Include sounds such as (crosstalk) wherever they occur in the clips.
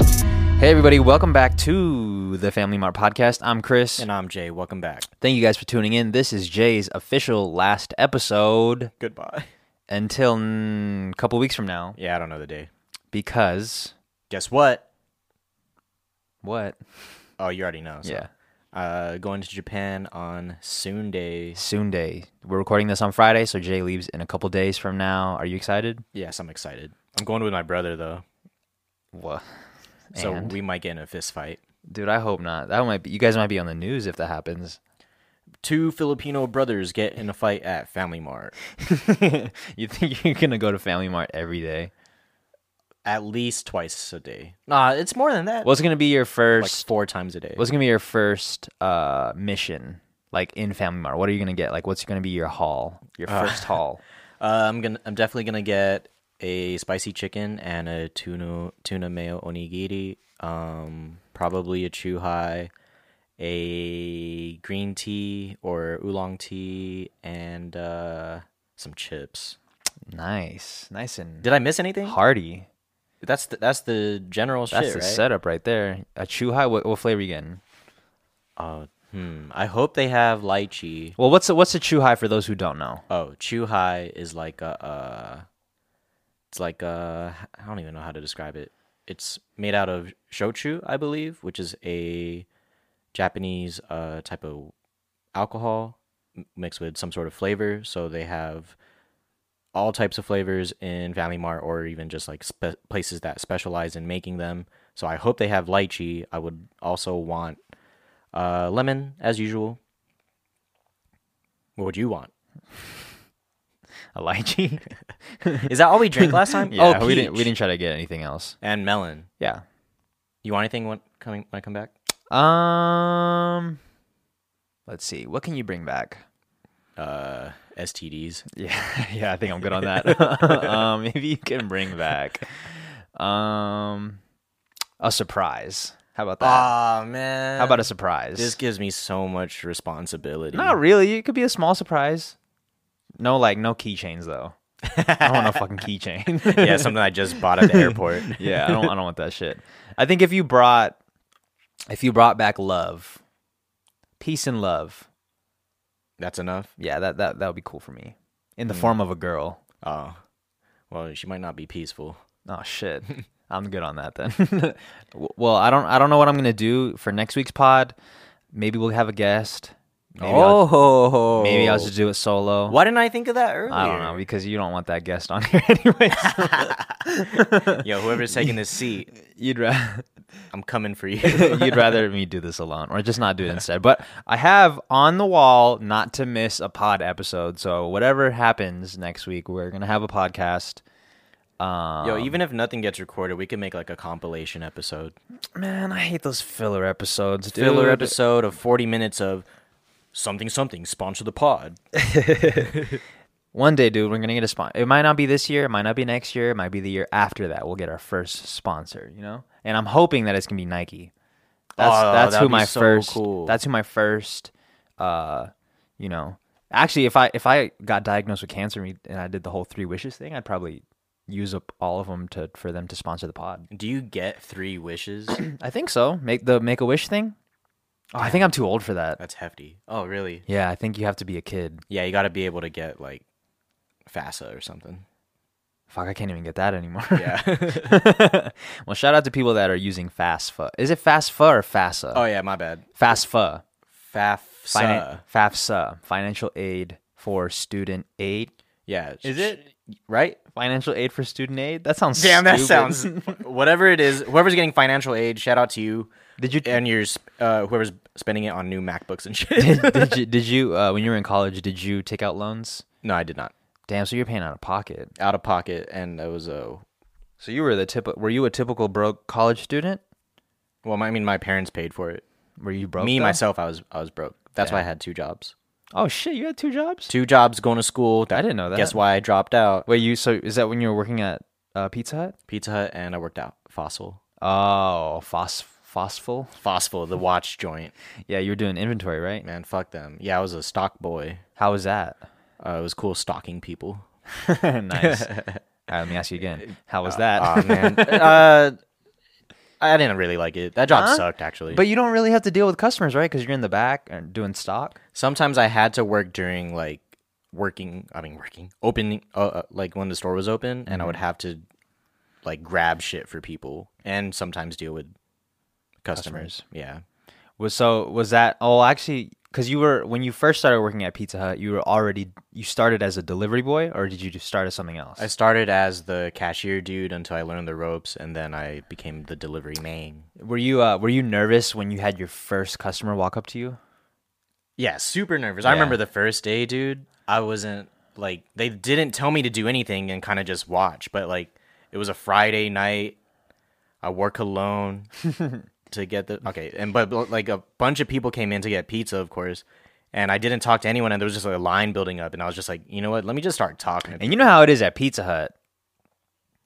Hey, everybody, welcome back to the Family Mart Podcast. I'm Chris. And I'm Jay. Welcome back. Thank you guys for tuning in. This is Jay's official last episode Goodbye. until a couple weeks from now Yeah, I don't know the day. because Guess what? what? Oh, you already know. so. Yeah. Uh, going to Japan on soon day. Soon day. We're recording this on Friday, so Jay leaves in a couple days from now. Are you excited? Yes, I'm excited. I'm going with my brother though, What? so And? we might get in a fist fight. Dude, I hope not. That might be you guys might be on the news if that happens. (laughs) (laughs) Two Filipino brothers get in a fight at Family Mart. you think you're gonna go to Family Mart every day? At least twice a day. Nah, it's more than that. What's gonna be your like first four times a day. what's gonna be your first uh mission like in family mart what are you gonna get like what's gonna be your haul your (laughs) first haul Uh, I'm gonna. I'm definitely gonna get a spicy chicken and a tuna tuna mayo onigiri. Um, probably a chuhai, a green tea or oolong tea, and uh, some chips. nice nice and Did I miss anything? hearty That's the, that's the general that's shit, the right? setup right there a chuhai what, what flavor you getting Uh, hmm. I hope they have lychee. well what's a what's a chuhai for those who don't (laughs) know Oh, chuhai is like a. Uh, it's like I I don't even know how to describe it. It's made out of shochu, I believe, which is a Japanese uh, type of alcohol m- mixed with some sort of flavor. So they have all types of flavors in Family Mart or even just like spe- places that specialize in making them. So I hope they have lychee. I would also want uh, lemon as usual. What would you want? a lychee Is that all we drank last (laughs) (laughs) time? yeah oh, we didn't we peach. didn't try to get anything else And melon. yeah You want anything when coming when I come back? um let's see what can you bring back Uh, STDs. Yeah, (laughs) yeah, I think I'm good on (laughs) that. (laughs) um, maybe you can bring back um a surprise. How about that? Ah man. How about a surprise? This gives me so much responsibility. Not really. It could be a small surprise. No, like no keychains though. I don't want (laughs) no fucking keychain. (laughs) (laughs) yeah, something I just bought (laughs) at the airport. yeah, I don't. I don't want that shit. I think if you brought, if you brought back love, peace and love, That's enough. yeah, that that that would be cool for me. In Hmm. the form of a girl. Oh, well, she might not be peaceful. Oh (laughs) shit. I'm good on that then. (laughs) W- well, I don't I don't know what I'm going to do for next week's pod. Maybe we'll have a guest. Maybe I'll, oh, maybe I'll just do it solo. Why didn't I think of that earlier? I don't know because you don't want that guest on (laughs) here (laughs) anyway. Yo, whoever's taking (laughs) this seat, you'd rather I'm coming for you. (laughs) (laughs) you'd rather me do this alone or just not do it instead. But I have on the wall not to miss a pod episode. So whatever happens next week, we're going to have a podcast. Um, Yo, even if nothing gets recorded, we could make like a compilation episode. man, I hate those filler episodes. Dude. Filler episode of 40 minutes of something something sponsor the pod. One day, dude, we're gonna get a sponsor. It might not be this year, it might not be next year, it might be the year after that. We'll get our first sponsor, you know. And I'm hoping that it's gonna be Nike. That's Oh, that's that'd who be my so first. cool. That's who my first. Uh, you know, actually, if I if I got diagnosed with cancer and I did the whole three wishes thing, I'd probably use up all of them to for them to sponsor the pod. Do you get (clears throat) three wishes? I think so. Make the Make a Wish thing. Oh, I think I'm too old for that. That's hefty. Oh, really? Yeah, I think you have to be a kid. Yeah, you got to be able to get like FASA or something. Fuck, I can't even get that anymore. Yeah. (laughs) well, shout out to people that are using FAFSA. Is it FAFSA or FAFSA? (laughs) oh yeah, my bad. FAFSA. FAFSA. Finan- FAFSA. Financial aid for student aid. yeah. Is sh- it? right? Financial aid for student aid? That sounds Damn, that stupid. sounds. (laughs) whatever it is, whoever's getting financial aid, shout out to you Did you and your sp- uh, whoever's spending it on new MacBooks (laughs) and (laughs) shit. (laughs) did, did you did you uh, when you were in college did you take out loans? no, I did not. Damn, so you're paying out of pocket. Out of pocket, and I was uh, So you were the tip were you a typical broke college student? well, my, I mean, my parents paid for it. Were you broke? Me though? myself, I was I was broke. That's why I had two jobs. Oh shit, you had two jobs? Two jobs, going to school. That, I didn't know that. Guess why I dropped out? Wait, you so is that when you were working at uh, Pizza Hut? Pizza Hut, and I worked out Fossil. Oh, phos phosphol? Fossil, the watch joint. Yeah, you were doing inventory, right? Man, fuck them. Yeah, I was a stock boy. How was (laughs) that? Uh, it was cool stalking people. (laughs) (laughs) nice. All right, let me ask you again. How was that? Oh man. uh, I didn't really like it. That job Huh? sucked actually. But you don't really have to deal with customers, right? Because you're in the back and doing stock. sometimes I had to work during like working. I mean, working opening uh, uh, like when the store was open, and I Mm-hmm. would have to like grab shit for people, and sometimes deal with customers. Yeah, Was so was that? Oh, actually, because you were when you first started working at Pizza Hut, you were already you started as a delivery boy, or did you just start as something else? I started as the cashier dude until I learned the ropes, and then I became the delivery man. were you uh, were you nervous when you had your first customer walk up to you? Yeah, super nervous. I remember the first day, dude. I wasn't like they didn't tell me to do anything and kind of just watch, but like it was a Friday night. I (laughs) wore cologne to get the okay, and but but, like a bunch of people came in to get pizza, of course, and I didn't talk to anyone, and there was just like, a line building up, and I was just like, you know what? Let me just start talking. And you know how it is at Pizza Hut,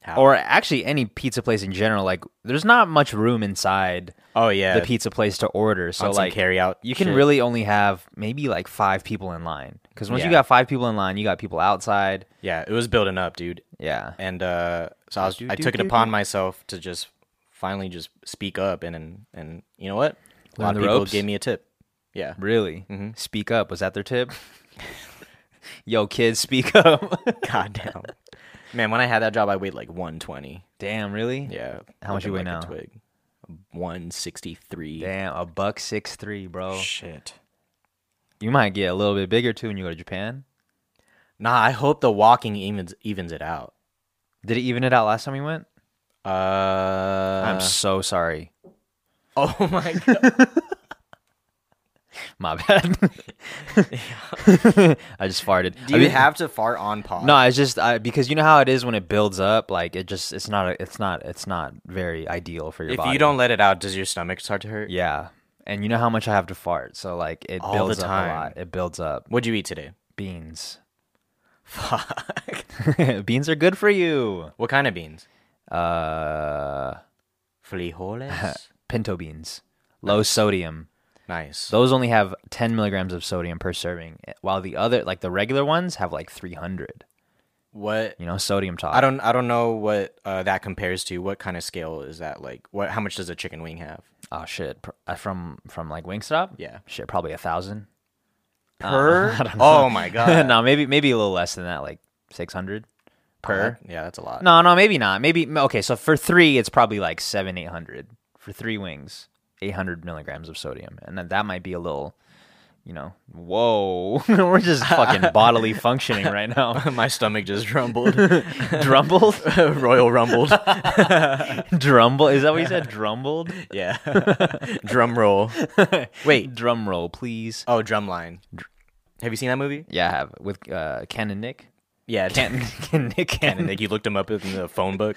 How? or actually any pizza place in general. Like, there's not much room inside oh yeah, the pizza place to order, so on some like carry out. you can shit. really only have maybe like five people in line. Because once you Yeah. got five people in line, you got people outside. yeah, it was building up, dude. Yeah. and uh, so I was, Do, I do, took it do, upon myself to just finally just speak up and and, and you know what? A Learn lot of the people ropes? gave me a tip. (laughs) Yeah, Really? Mm-hmm. Speak up. Was that their (laughs) tip? Yo, kids, speak up. goddamn, man. When I had that job, I weighed like 120. Damn, really? Yeah, How much you weigh looking now? like a twig. 163. Damn, a buck six three, bro. Shit. You might get a little bit bigger too when you go to Japan. Nah, I hope the walking evens evens it out. Did it even it out last time we went? Uh, I'm so sorry. (laughs) oh my (laughs) god, My (laughs) bad. (laughs) I just farted. do I you mean- have to fart on pause? No, it's just I, because you know how it is when it builds up. Like it just, it's not, a, it's not, it's not very ideal for your if body. you don't let it out, does your stomach start to hurt? yeah. And you know how much I have to fart, so like it All the builds up a time. lot. It builds up. What'd you (laughs) eat today? Beans. Fuck. Beans are good for you. what kind of beans? Uh, (laughs) Frijoles. pinto beans, low sodium. nice. Those only have 10 milligrams of sodium per serving, eh, while the other, like the regular ones, have like 300. What You know, sodium top. I don't I don't know what uh, that compares to. What kind of scale is that like? What how much does a chicken wing have Oh shit! Pr- uh, From from like Wingstop. Yeah. Shit, probably a thousand. per? (laughs) oh my (laughs) (laughs) god. no, maybe maybe a little less than that, like six hundred per. Yeah, that's a lot. No, no, maybe not. Maybe m- okay. So for three, it's probably like seven, eight hundred for three wings, eight hundred milligrams of sodium, and then that might be a little, you know, whoa. (laughs) We're just fucking bodily (laughs) functioning right now. my stomach just rumbled. (laughs) Drumbled, Royal rumbled. drumble. Is that what you said? Drumbled. yeah. (laughs) drum roll. Wait. Drum roll, please. Oh, drumline. Have you seen that movie? Yeah, I have with uh, Ken and Nick. Yeah, Ken, (laughs) Ken Nick, Ken. and then you looked him up in the phone book.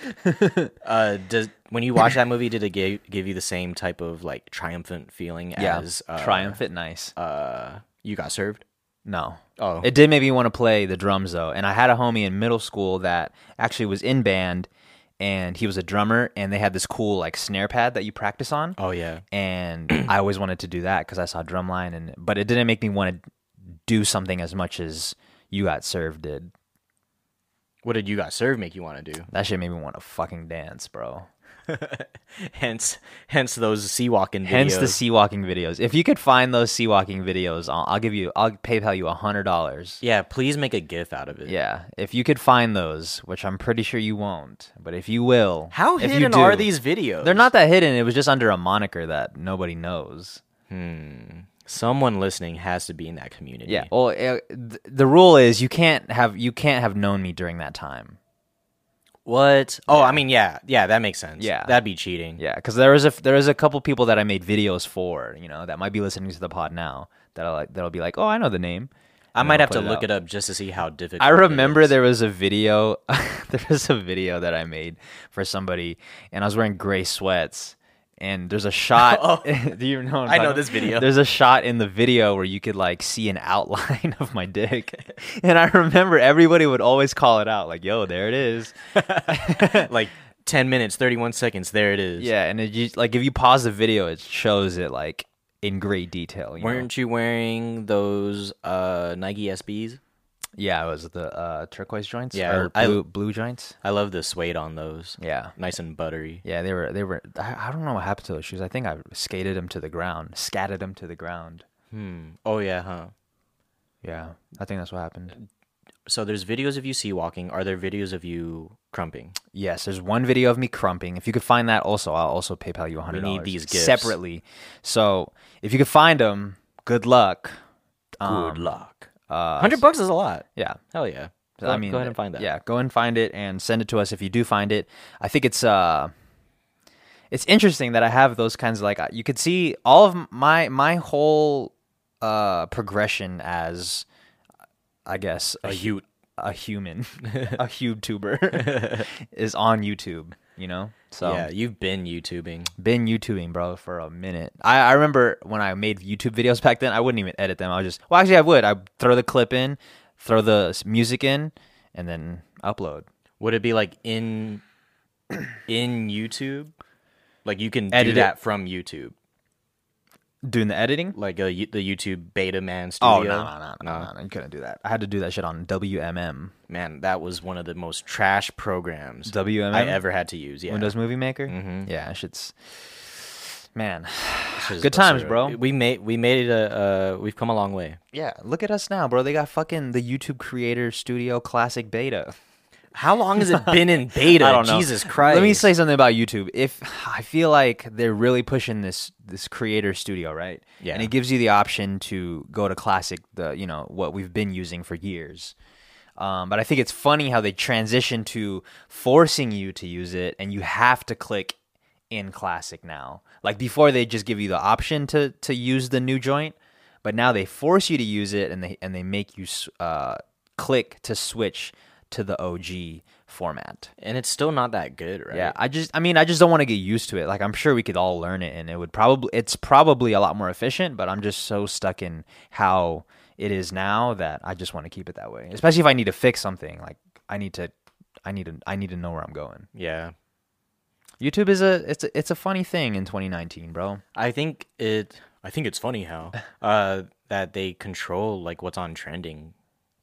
Uh, does when you watch that movie, did it give, give you the same type of like triumphant feeling Yeah, as uh, triumph it nice. Uh, you got served. No. Oh. It did make me want to play the drums though. And I had a homie in middle school that actually was in band and he was a drummer and they had this cool like snare pad that you practice on. Oh yeah. (clears throat) And I always wanted to do that cuz I saw drumline and but it didn't make me want to do something as much as you got served did. What did you got served make you want to do? That shit made me want to fucking dance, bro. (laughs) hence, hence those sea walking videos. Hence the sea walking videos. If you could find those sea walking videos, I'll, I'll give you I'll PayPal you a $100. yeah. Please make a GIF out of it. Yeah, if you could find those, which I'm pretty sure you won't, but if you will, How if you hidden do- are these videos? They're not that hidden. It was just under a moniker that nobody knows. Someone listening has to be in that community. Yeah. Well, uh, th- the rule is you can't have you can't have known me during that time. What? Oh, I mean, yeah, yeah. That makes sense. Yeah. That'd be cheating. Yeah, because there was a there was a couple people that I made videos for, you know, that might be listening to the pod now that I like that'll be like, oh, I know the name. I might have to put it look out. it up just to see how difficult. I it remember is. there was a video. (laughs) there was a video that I made for somebody, and I was wearing gray sweats. And there's a (laughs) shot. (laughs) do you know? what I'm Oh. I know talking this about? video. There's a shot in the video where you could like see an outline (laughs) of my dick, and I remember everybody would always call it out, like, "Yo, there it (laughs) is." (laughs) like ten minutes, thirty-one seconds. There it is. Yeah, and it just, like if you pause the video, it shows it like in great detail. You know? Weren't you wearing those uh, Nike SBs? Yeah, it was the uh, turquoise joints. Yeah, or I- blue blue joints. I love the suede on those. Yeah, Nice and buttery. yeah, they were they were. I, I don't know what happened to those shoes. I think I skated them to the ground, scattered them to the ground. Hmm. Oh yeah, huh? Yeah, I think that's what happened. So there's videos of you sea walking. Are there videos of you crumping? Yes, there's one video of me crumping. If you could find that, also I'll also PayPal you hundred. these gifts. separately. So if you could find them, good luck. Um, Good luck. Uh, Hundred bucks is a lot. yeah, Hell yeah. So, Go- I mean, go ahead and find that. Yeah, go and find it and send it to us if you do find it. I think it's uh, it's interesting that I have those kinds of like uh, you could see all of my my whole uh progression as I guess a, hu- Ute. a (laughs) human, a YouTuber (laughs) is on YouTube. You know, so Yeah, you've been YouTubing. been YouTubing, bro, for a minute. I, I remember when I made YouTube videos back then, I wouldn't even edit them. I would just, well, actually, I would. I'd throw the clip in, throw the s- music in, and then upload. Would it be like in in YouTube? Like you can Edit do it. that from YouTube, Doing the editing? like a, you- the YouTube Beta Man Studio. Oh, no, no, no, no, no, no. You couldn't do that. I had to do that shit on WMM. Man, that was one of the most trash programs WMM? I ever had to use. Yeah, Windows Movie Maker? Mm-hmm. Yeah, shit's. Man. (sighs) This is Good absurd. times, bro. We made we made it a uh, we've come a long way. Yeah, look at us now, bro. They got fucking the YouTube Creator Studio Classic Beta. How long (laughs) has it been in beta? I don't know. Jesus Christ. Let me say something about YouTube. If I feel like they're really pushing this this creator studio, right? Yeah. And it gives you the option to go to classic, the you know what we've been using for years. Um, but I think it's funny how they transition to forcing you to use it, and you have to click in classic now. Like before, they just give you the option to to use the new joint, but now they force you to use it, and they and they make you s- uh, click to switch to the OG format. and it's still not that good, right? Yeah, I just I mean I just don't want to get used to it. Like I'm sure we could all learn it and it would probably it's probably a lot more efficient, but I'm just so stuck in how it is now that I just want to keep it that way. Especially if I need to fix something, like I need to I need to I need to know where I'm going. Yeah. YouTube is a it's a, it's a funny thing in 2019, bro. I think it I think it's funny (laughs) how uh that they control like what's on trending.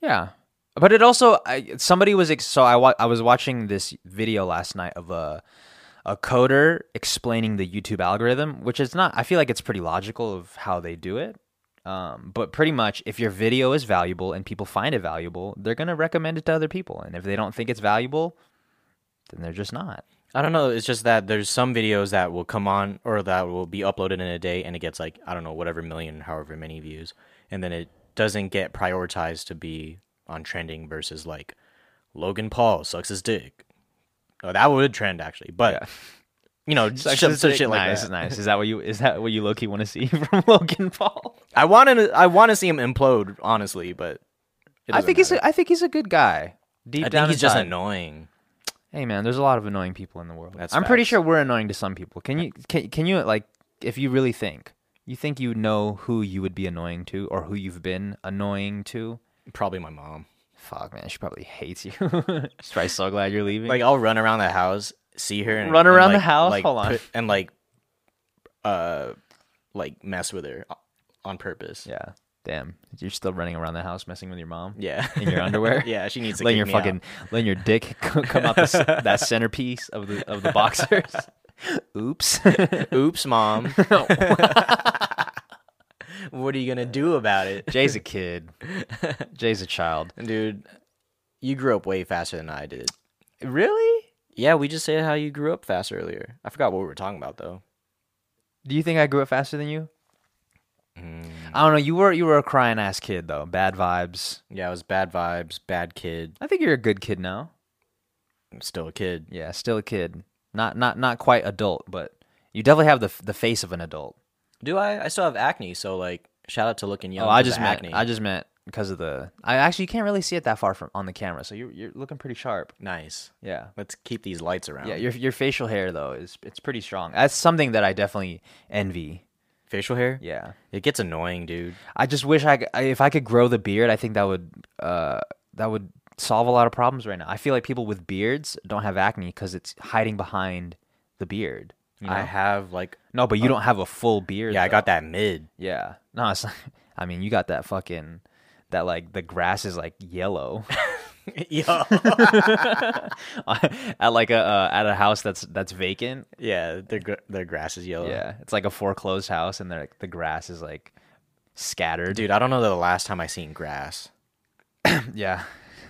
Yeah. But it also I, somebody was ex- so I wa- I was watching this video last night of a a coder explaining the YouTube algorithm, which is not I feel like it's pretty logical of how they do it. Um, but pretty much if your video is valuable and people find it valuable, they're going to recommend it to other people. And if they don't think it's valuable, then they're just not. I don't know, it's just that there's some videos that will come on or that will be uploaded in a day and it gets like I don't know, whatever million, however many views, and then it doesn't get prioritized to be on trending versus like Logan Paul sucks his dick. Oh, that would trend actually, but you know, some, some shit like nice, that. nice. Is that what you is that what you Loki want to see (laughs) from Logan Paul? I want to I want to see him implode, honestly, but it I doesn't think he's matter. a, I think he's a good guy. Deep I down think he's just inside. annoying. Hey man, there's a lot of annoying people in the world. That's I'm pretty facts. sure we're annoying to some people. Can you can, can you like if you really think you think you know who you would be annoying to or who you've been annoying to? Probably my mom. Fuck man, she probably hates you. (laughs) She's probably so glad you're leaving. Like I'll run around the house, see her, and Run and, around the like- house? like, Hold on. put- and like, uh, like mess with her o- on purpose. yeah, damn, you're still running around the house messing with your mom. Yeah, in (laughs) your underwear. yeah, she needs to letting your kick me fucking out. letting your dick (laughs) co- come (laughs) out the, c- that centerpiece of the of the boxers. (laughs) Oops. (laughs) Oops, mom. what are you gonna do about it, Jay's a kid. Jay's a child. dude? You grew up way faster than I did. Really? Yeah, we just said how you grew up fast earlier. I forgot what we were talking about though. Do you think I grew up faster than you? Mm. I don't know. You were you were a crying ass kid though. Bad vibes. Yeah, it was bad vibes, bad kid. I think you're a good kid now. I'm still a kid. Yeah, still a kid. Not not not quite adult, but you definitely have the f- the face of an adult. Do I? I still have acne, so like, shout out to looking young. oh, I 'cause just of meant acne. I just meant because of the. I actually you can't really see it that far from on the camera, so you're you're looking pretty sharp. Nice. Yeah. Let's keep these lights around. Yeah, your your facial hair though is it's pretty strong. That's something that I definitely envy. facial hair. Yeah. It gets annoying, dude. I just wish I, c- I- if I could grow the beard, I think that would uh that would solve a lot of problems right now. I feel like people with beards don't have acne because it's hiding behind the beard. I have like No, but you don't have a full beard. yeah, I (laughs) though. got that mid. (laughs) Yeah, no, it's, I mean you got that fucking that like the grass is like yellow (laughs) Yo. at like a uh, at a house that's that's vacant. (laughs) yeah, the gr- the grass is yellow. Yeah, it's like a foreclosed house, and they're, like the grass is like scattered. Dude, I don't know the last time I seen grass. Yeah,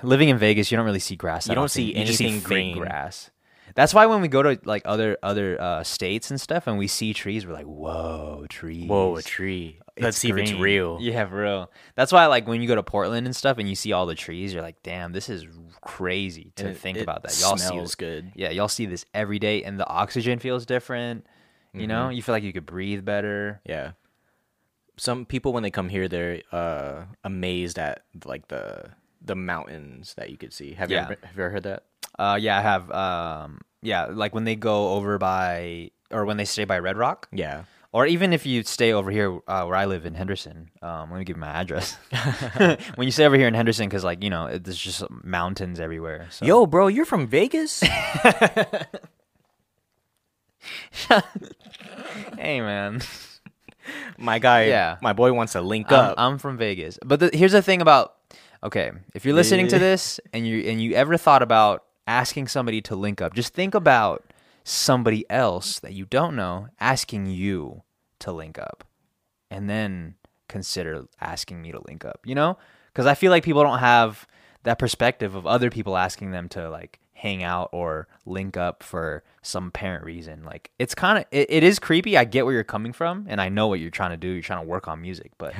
living in Vegas, you don't really see grass. that You don't often. see you just see anything fake green. grass. That's why when we go to like other other uh, states and stuff, and we see trees, we're like, "Whoa, trees!" Whoa, a tree. Let's see if it's green. real. Yeah, for real. That's why, like, when you go to Portland and stuff, and you see all the trees, you're like, "Damn, this is crazy to It- think it about that." Y'all see smells this, good. Yeah, y'all see this every day, and the oxygen feels different. You Mm-hmm. know, you feel like you could breathe better. Yeah. Some people when they come here, they're uh, amazed at like the the mountains that you could see. Have Yeah. you ever, have you ever heard that? Uh, yeah, I have. Um, yeah, like when they go over by, or when they stay by Red Rock, Yeah. or even if you stay over here uh, where I live in Henderson. Um, let me give you my address. when you stay over here in Henderson, because like you know, it, there's just mountains everywhere. So. Yo, bro, you're from Vegas? (laughs) hey man, my guy, Yeah. my boy wants to link I'm, up. I'm from Vegas, but the, here's the thing about. Okay, if you're listening to this and you and you ever thought about asking somebody to link up, just think about somebody else that you don't know asking you to link up. and then consider asking me to link up, you know? Because I feel like people don't have that perspective of other people asking them to like hang out or link up for some apparent reason. Like it's kind of, it, it is creepy. I get where you're coming from and I know what you're trying to do. You're trying to work on music, (laughs) but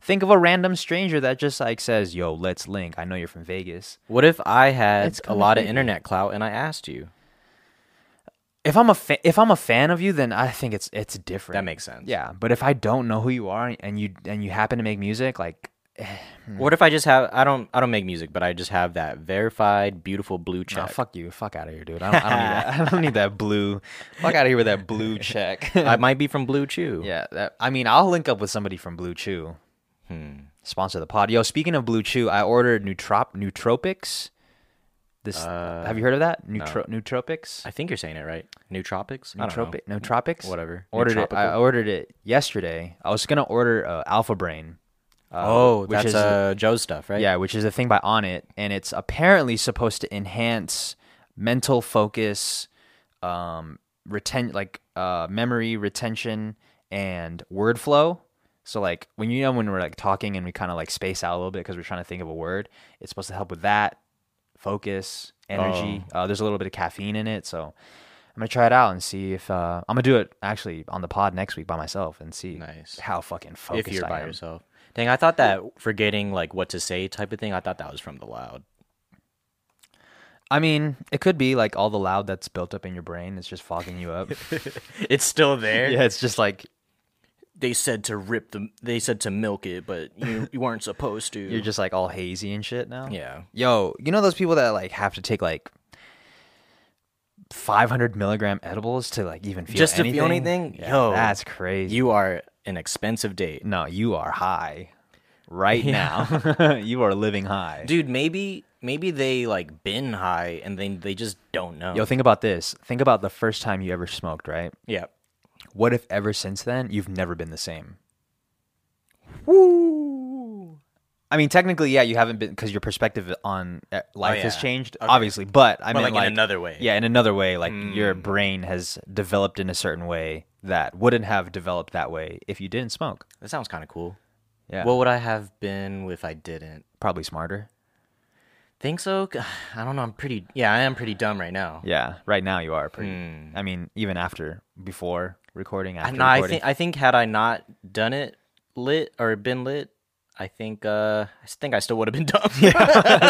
think of a random stranger that just like says, yo, let's link. I know you're from Vegas. what if I had It's a kinda lot of creepy. internet clout and I asked you? If I'm a fa- if I'm a fan of you, then I think it's it's different. That makes sense. yeah. But if I don't know who you are and you and you happen to make music, like Hmm. What if I just have I don't I don't make music, but I just have that verified beautiful blue check. No, (laughs) fuck you. Fuck out of here, dude. I don't, I don't (laughs) need that. I don't need that blue. Fuck out of here with that blue (laughs) check. I might be from Blue Chew. yeah, that, I mean, I'll link up with somebody from Blue Chew. Hmm. Sponsor the pod. Yo, speaking of Blue Chew, I ordered Nootrop Nootropics. This have you heard of that? Nootro, Nootropics. Uh, I think you're saying it right. Nootropics? I don't know. Nootropic, nootropics. Whatever. Ordered it. I Nootropical. ordered it yesterday. I was gonna order uh, Alpha Brain. Uh, Oh, which that's is- uh, Joe's stuff, right? Yeah, which is a thing by Onnit, and it's apparently supposed to enhance mental focus, um, retain like uh, memory retention and word flow. So like when you know when we're like talking and we kind of like space out a little bit because we're trying to think of a word, it's supposed to help with that focus, energy. Oh. Uh, there's a little bit of caffeine in it, so I'm gonna try it out and see if uh, I'm gonna do it actually on the pod next week by myself and see Nice. how fucking focused If you're I by am. yourself. Dang, I thought that forgetting like what to say type of thing. I thought that was from (laughs) the loud. I mean, it could be like all the loud that's built up in your brain is just fogging you (laughs) up. It's still there. yeah, it's just like They said to rip the. They said to milk it, but (laughs) you you weren't supposed to. you're just like all hazy and shit now. yeah. Yo, you know those people that like have to take like 500 milligram edibles to like even feel Just to anything? feel anything? Yeah, Yo. that's crazy. You are an expensive date, no, you are high right (laughs) now. (laughs) you are living high. dude. Maybe maybe they like been high and then they just don't know. Yo, think about this. Think about the first time you ever smoked, right? yeah. What if ever since then you've never been the same? Woo. I mean, technically, yeah, you haven't been because your perspective on uh, life has Oh, yeah. changed, Okay. obviously. But I But mean, like, in another way. Hmm. yeah, in another way, like your brain has developed in a certain way that wouldn't have developed that way if you didn't smoke. That sounds kind of cool. Yeah, What would I have been if I didn't? probably smarter. Think so? (sighs) I don't know. I'm pretty. Yeah, I am pretty dumb right now. Yeah, right now you are pretty. I mean, even after, before recording, after No, Hmm. I recording, think I think had I not done it lit or been lit, I think uh I think I still would have been (laughs) dumb.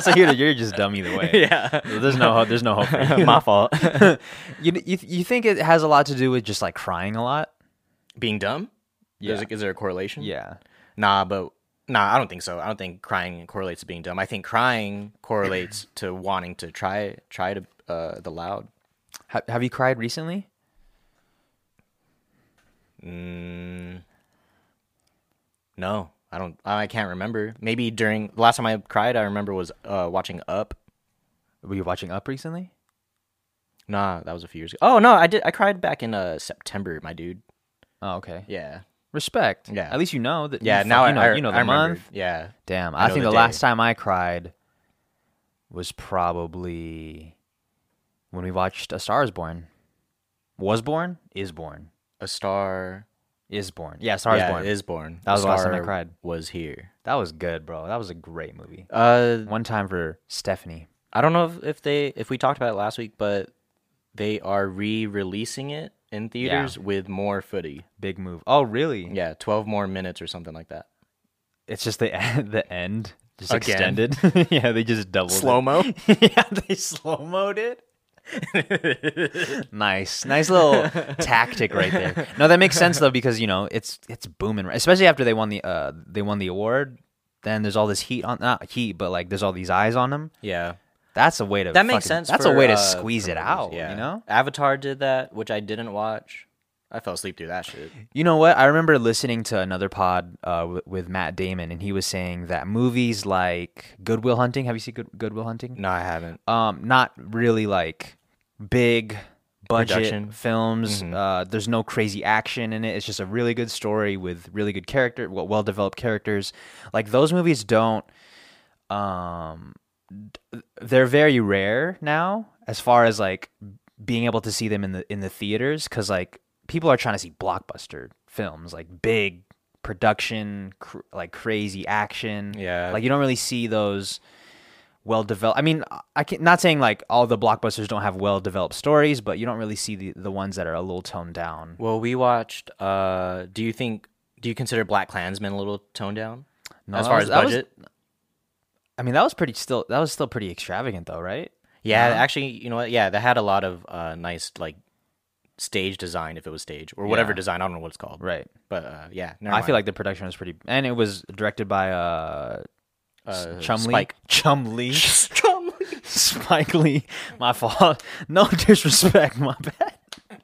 (laughs) so you're, you're just dumb either way. (laughs) yeah. There's no hope. There's no hope. For you. (laughs) My fault. (laughs) you, you you think it has a lot to do with just like crying a lot? Being dumb? Yeah. There's a- is there a correlation? Yeah. Nah, but nah, I don't think so. I don't think crying correlates to being dumb. I think crying correlates (clears throat) to wanting to try try to uh the loud. Ha- have you cried recently? Mm, no. I don't I can't remember. Maybe during last time I cried I remember was uh watching Up. Were you watching Up recently? Nah, that was a few years ago. Oh no, I did. I cried back in uh September, my dude. Oh, okay. Yeah, Respect. Yeah. At least you know that. Yeah, you fu- now you know, I, I, you know the I month. remembered. Yeah, Damn, I I, know think the the last day. time I cried was probably when we watched A Star Is Born. Was born, is born, a star. is born. Yeah, A Star yeah, Is Born. is born. That was a the last time I star cried. Was here. That was good, bro. That was a great movie. Uh, One time for Stephanie. I don't know if, if they if we talked about it last week, but they are re-releasing it in theaters with more footy. Big move. Oh, really? Yeah, twelve more minutes or something like that. It's just the (laughs) the end just Again. extended. (laughs) yeah, they just doubled. Slow mo. it. (laughs) yeah, they slow mode it. (laughs) nice, nice little tactic right there. No, that makes sense though because you know it's it's booming, right? especially after they won the uh they won the award. Then there's all this heat on not heat, but like there's all these eyes on them. (laughs) yeah, That's a way to that fucking- makes sense. That's a for, way to uh, squeeze it for movies, out. Yeah. You know, Avatar did that, which I didn't watch. I fell asleep through that shit. You know what? I remember listening to another pod uh, w- with Matt Damon, and he was saying that movies like Goodwill Hunting. Have you seen Good Goodwill Hunting? No, I haven't. Um, not really like big budget Production. films. Uh, there's no crazy action in it. It's just a really good story with really good character, well well developed characters. Like those movies don't. Um, d- they're very rare now, as far as like being able to see them in the in the theaters because like people are trying to see blockbuster films like big production cr- like crazy action Yeah. like you don't really see those well developed i mean i can not saying like all the blockbusters don't have well developed stories but you don't really see the, the ones that are a little toned down Well, we watched. Uh, do you think? Do you consider Black Klansman a little toned down No, as that far was- as that was- budget? i mean that was pretty still that was still pretty extravagant though right yeah, actually, you know what? Yeah, that had a lot of uh, nice like stage design, if it was stage or whatever Yeah. design. I don't know what it's called. right But uh, yeah, never i feel mind. like the production was pretty and it was directed by uh, S- Uh, chumley Spike. (laughs) chumley (laughs) Spike Lee, my fault. (laughs) No disrespect, my bad.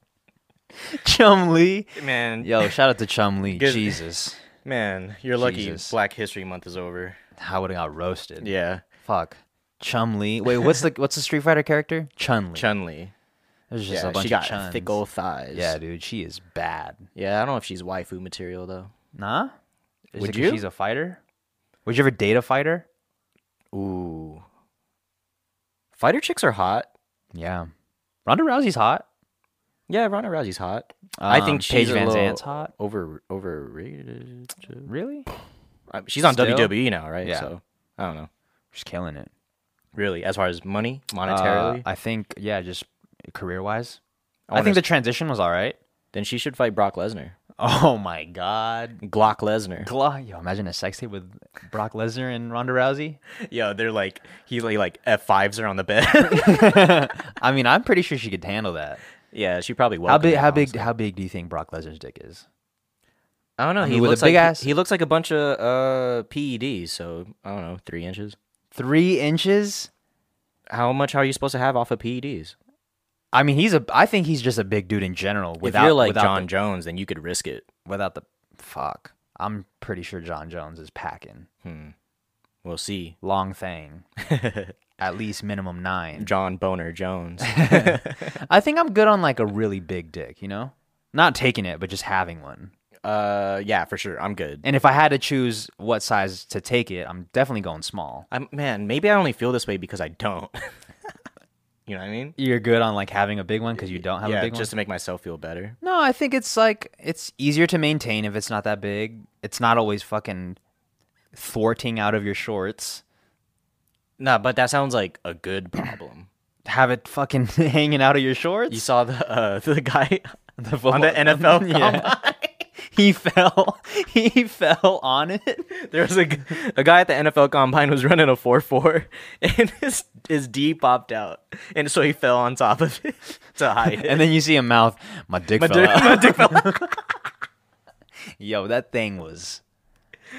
(laughs) Chum Lee. man, Yo, shout out to Chum Lee. Good- Jesus. man, you're lucky. Jesus. Black History Month is over. How would have got roasted. Yeah, Fuck. Chum Lee. Wait, what's the what's the Street Fighter character? Chun Lee. Chun Li. There's just Yeah, a bunch she got of Chuns. thick old thighs. Yeah, dude, she is bad. yeah. I don't know if she's waifu material though. Nah? Is Would it 'cause you? she's a fighter? Would you ever date a fighter? Ooh, fighter chicks are hot. Yeah. Ronda Rousey's hot. Yeah, Ronda Rousey's hot. I Um, think she's Paige a Van little Zandt's hot. Over overrated. Really? I mean, she's on Still? WWE now, right? Yeah. So I don't know. She's killing it. Really, as far as money, Uh, monetarily, I think, yeah, just career wise. I I, wanna think s- the transition was all right. (laughs) then she should fight Brock Lesnar. Oh my God. Glock Lesnar. Gla- Yo, imagine a sex tape with Brock Lesnar and Ronda (laughs) Rousey. (laughs) Yo, they're like he like, like F fives her on the bed. (laughs) I mean, I'm pretty sure she could handle that. yeah, she probably will. How big? How big? How big do you think Brock Lesnar's dick is? I don't know. mean, he with a looks big like ass- he looks like a bunch of uh PEDs. So I don't know, three inches. Three inches. How much are you supposed to have off of E PEDs? I mean, he's a. I think he's just a big dude in general. Without if you're like without John Jones, then you could risk it. the, without the fuck, I'm pretty sure John Jones is packing We'll see. long (laughs) thing. At least minimum nine. John Boner (laughs) Jones. I think I'm good on like a really big dick. You know, not taking it, but just having one. uh, yeah, for sure. I'm good. And if I had to choose what size to take it, I'm definitely going small. I'm man, maybe I only feel this way because I don't. (laughs) you know what I mean? You're good on like having a big one because you don't have a yeah, big just one. to make myself feel better. No, I think it's like it's easier to maintain if it's not that big. It's not always fucking thwarting out of your shorts. Nah, but that sounds like a good problem. Have it fucking (laughs) hanging out of your shorts. (laughs) you saw the uh, (laughs) the guy The on the (laughs) football- NFL. Yeah. Oh (laughs) he fell. (laughs) He fell on it. There was a, g- a guy at the NFL Combine was running a four four, (laughs) and his his D popped out, and so he fell on top of it (laughs) to hide it. And then you see a mouth. My dick My fell dick- out. my dick fell- Yo, that thing was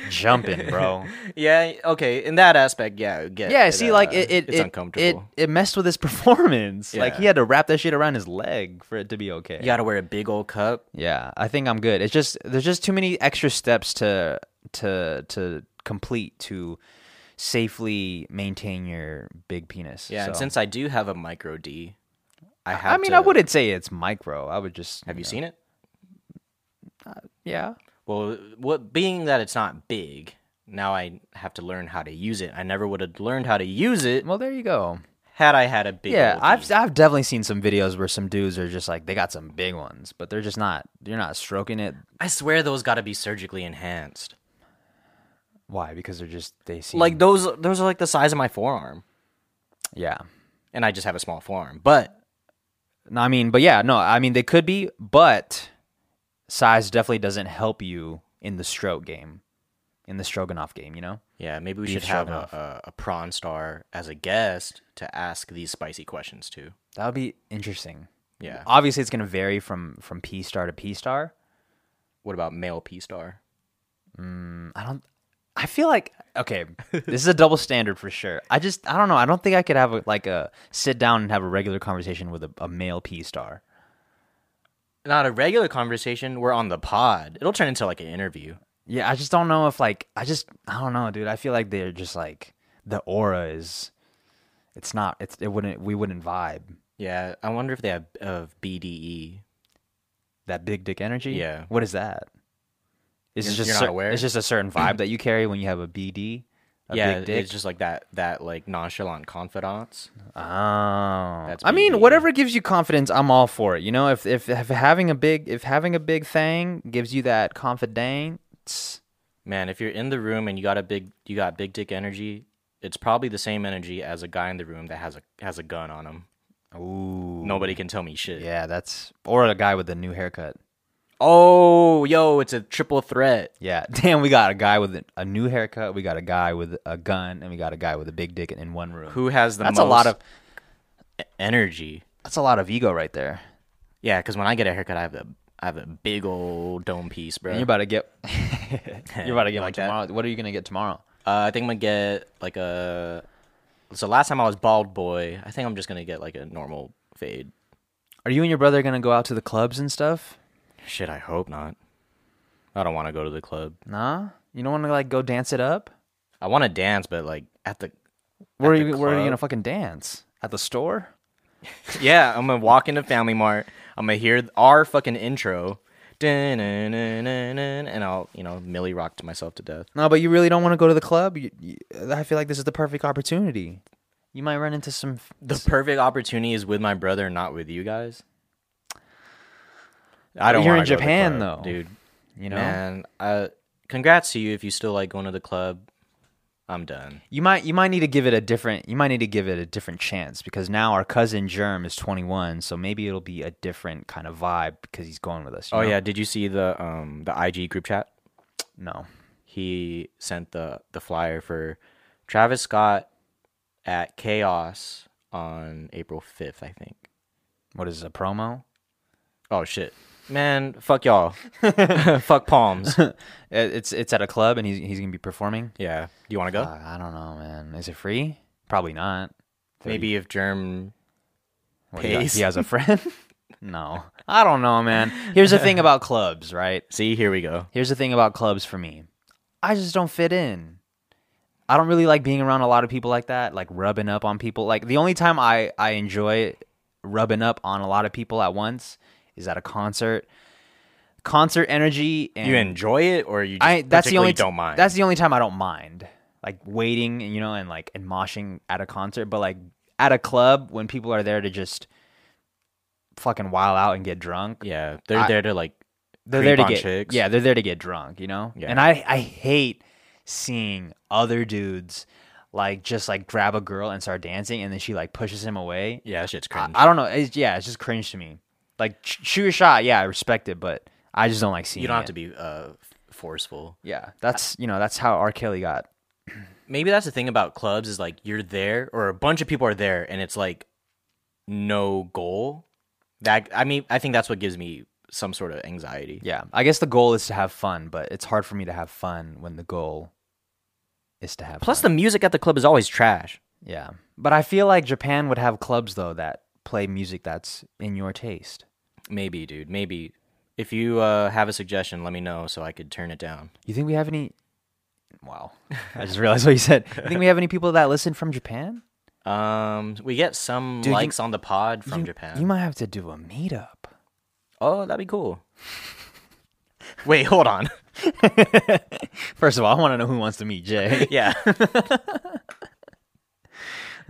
jumping, (laughs) bro. yeah, okay. In that aspect, yeah, I get Yeah, it, see, like uh, it, it, it's it, uncomfortable. It, it messed with his (laughs) performance. Like Yeah. he had to wrap that shit around his leg for it to be okay. you got to wear a big old cup. yeah. I think I'm good. It's just there's just too many extra steps to to to complete to safely maintain your big penis. Yeah, and So- since I do have a micro D, I have. I mean, to, I wouldn't say it's micro. I would just Have you seen it? Yeah. Well, what being that it's not big, now I have to learn how to use it. I never would have learned how to use it Well, there you go. had I had a big. Yeah, old I've bean. I've definitely seen some videos where some dudes are just like they got some big ones, but they're just not. You're not stroking it. I swear those got to be surgically enhanced. Why? Because they're just they seem Like those, those are like the size of my forearm, yeah. and I just have a small forearm. But No, I mean, but yeah, no, I mean they could be, but size definitely doesn't help you in the stroke game, in the stroganoff game. You know? yeah, maybe we Beef should have stroganoff. a, a, a prawn star as a guest to ask these spicy questions to. That would be interesting. Yeah. Obviously, it's going to vary from from P star to P star. What about male P star? I don't. I feel like (laughs) okay, this is a double standard for sure. I just I don't know. I don't think I could have a, like a sit down and have a regular conversation with a, a male P star. Not a regular conversation. We're on the pod. It'll turn into like an interview. Yeah, I just don't know if like I just I don't know, dude. I feel like they're just like the aura is. It's not. It's it wouldn't we wouldn't vibe Yeah, I wonder if they have of E. BDE. that big dick energy. Yeah. what is that? Is it You're- just you're not cer- aware? It's just a certain vibe that you carry when you have a BD. A yeah, big dick. it's just like that that like nonchalant confidants. Oh, That's I mean, BB. whatever gives you confidence, I'm all for it. You know, if if, if having a big if having a big thing gives you that confidence, Man, if you're in the room and you got a big you got big dick energy, it's probably the same energy as a guy in the room that has a has a gun on him. ooh, Nobody can tell me shit. yeah, that's or a guy with a new haircut. Oh, yo, it's a triple threat. Yeah, (laughs) damn, we got a guy with a new haircut, we got a guy with a gun, and we got a guy with a big dick in one room. Who has the that's most a lot of energy? that's a lot of ego right there. Yeah, because when I get a haircut, I have a I have a big old dome piece, bro. You're about to (laughs) get you're about to get one Like that? tomorrow. What are you gonna get tomorrow? Uh, I think I'm gonna get like a. So last time I was bald boy. I think I'm just gonna get like a normal fade. Are you and your brother gonna go out to the clubs and stuff? Shit, I hope not. I don't want to go to the club. Nah, you don't want to like go dance it up. I want to dance, but like at the. Where are the you? Where are you club? gonna fucking dance? At the store? Yeah, I'm gonna walk into Family Mart. I'm gonna hear our fucking intro. Dun-dun-dun-dun-dun, And I'll, you know, Millie rock to myself to death. No, but you really don't want to go to the club. You, you, I feel like this is the perfect opportunity. You might run into some. The perfect opportunity is with my brother, not with you guys. I don't. You're wanna in go to the Japan, though. club, dude. You know, Man, uh, congrats to you if you still like going to the club. I'm done. you might you might need to give it a different. You might need to give it a different chance because now our cousin Germ is 21, so maybe it'll be a different kind of vibe because he's going with us. you Oh know? yeah, did you see the um the IG group chat? no. He sent the the flyer for Travis Scott at Chaos on April 5th, I think. What is this, a promo? Oh shit. Man, fuck y'all. (laughs) fuck palms. (laughs) It- Uh, It's it's at a club and he's he's gonna be performing. Yeah. Do you want to go? Uh, I don't know, man. Is it free? Probably not. Maybe if Germ What, he got- Pays. He has a friend? (laughs) (laughs) no. I don't know, man. Here's the thing about clubs, right? See, here we go. Here's the thing about clubs for me. I just don't fit in. I don't really like being around a lot of people like that, like rubbing up on people. Like the only time I I enjoy rubbing up on a lot of people at once is at a concert. Concert energy and You enjoy it or you just I that's the only don't mind. That's the only time I don't mind. Like waiting, you know, and like and moshing at a concert, but like at a club when people are there to just fucking wild out and get drunk. yeah, they're I- there to like They're there to creep on get chicks. Yeah, they're there to get drunk, you know? Yeah. And I I hate seeing other dudes like just like grab a girl and start dancing and then she like pushes him away. Yeah, that shit's I, cringe. I don't know. It's, yeah, it's just cringe to me. Like sh- shoot your shot, yeah, I respect it, but I just don't like seeing you don't it. have to be uh forceful. Yeah, that's you know that's how R. Kelly got. maybe that's the thing about clubs is like you're there or a bunch of people are there and it's like no goal that i mean i think that's what gives me some sort of anxiety Yeah, I guess the goal is to have fun, but it's hard for me to have fun when the goal is to have. plus fun. the music at the club is always trash yeah, but I feel like Japan would have clubs though that play music that's in your taste. maybe dude maybe if you uh, have a suggestion let me know so i could turn it down You think we have any? Wow, (laughs) I just realized what you said. You think we have any people that listen from Japan? um we get some you- likes on the pod from You- japan You might have to do a meetup. oh that'd be cool (laughs) Wait, hold on. (laughs) First of all, I want to know who wants to meet (laughs) Jay. Yeah. (laughs) I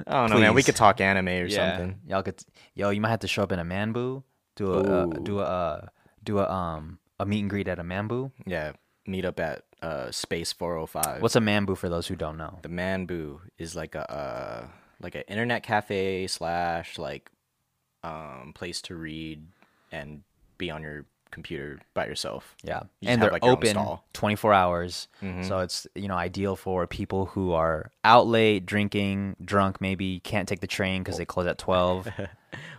don't know, man. We Please. could talk anime or Yeah. something. Y'all could. Yo, you might have to show up in a manbu. Do a uh, Ooh. do a uh, do a um a meet and greet at a manbu. Yeah. Meet up at uh Space 405. What's a manbu for those who don't know? the Manbu is like a uh, like an internet cafe slash like um place to read and be on your computer by yourself. Yeah, You just and have, they're like, your own open stall. 24 hours, so it's you know ideal for people who are out late, drinking, drunk, maybe can't take the train because they close at 12. (laughs)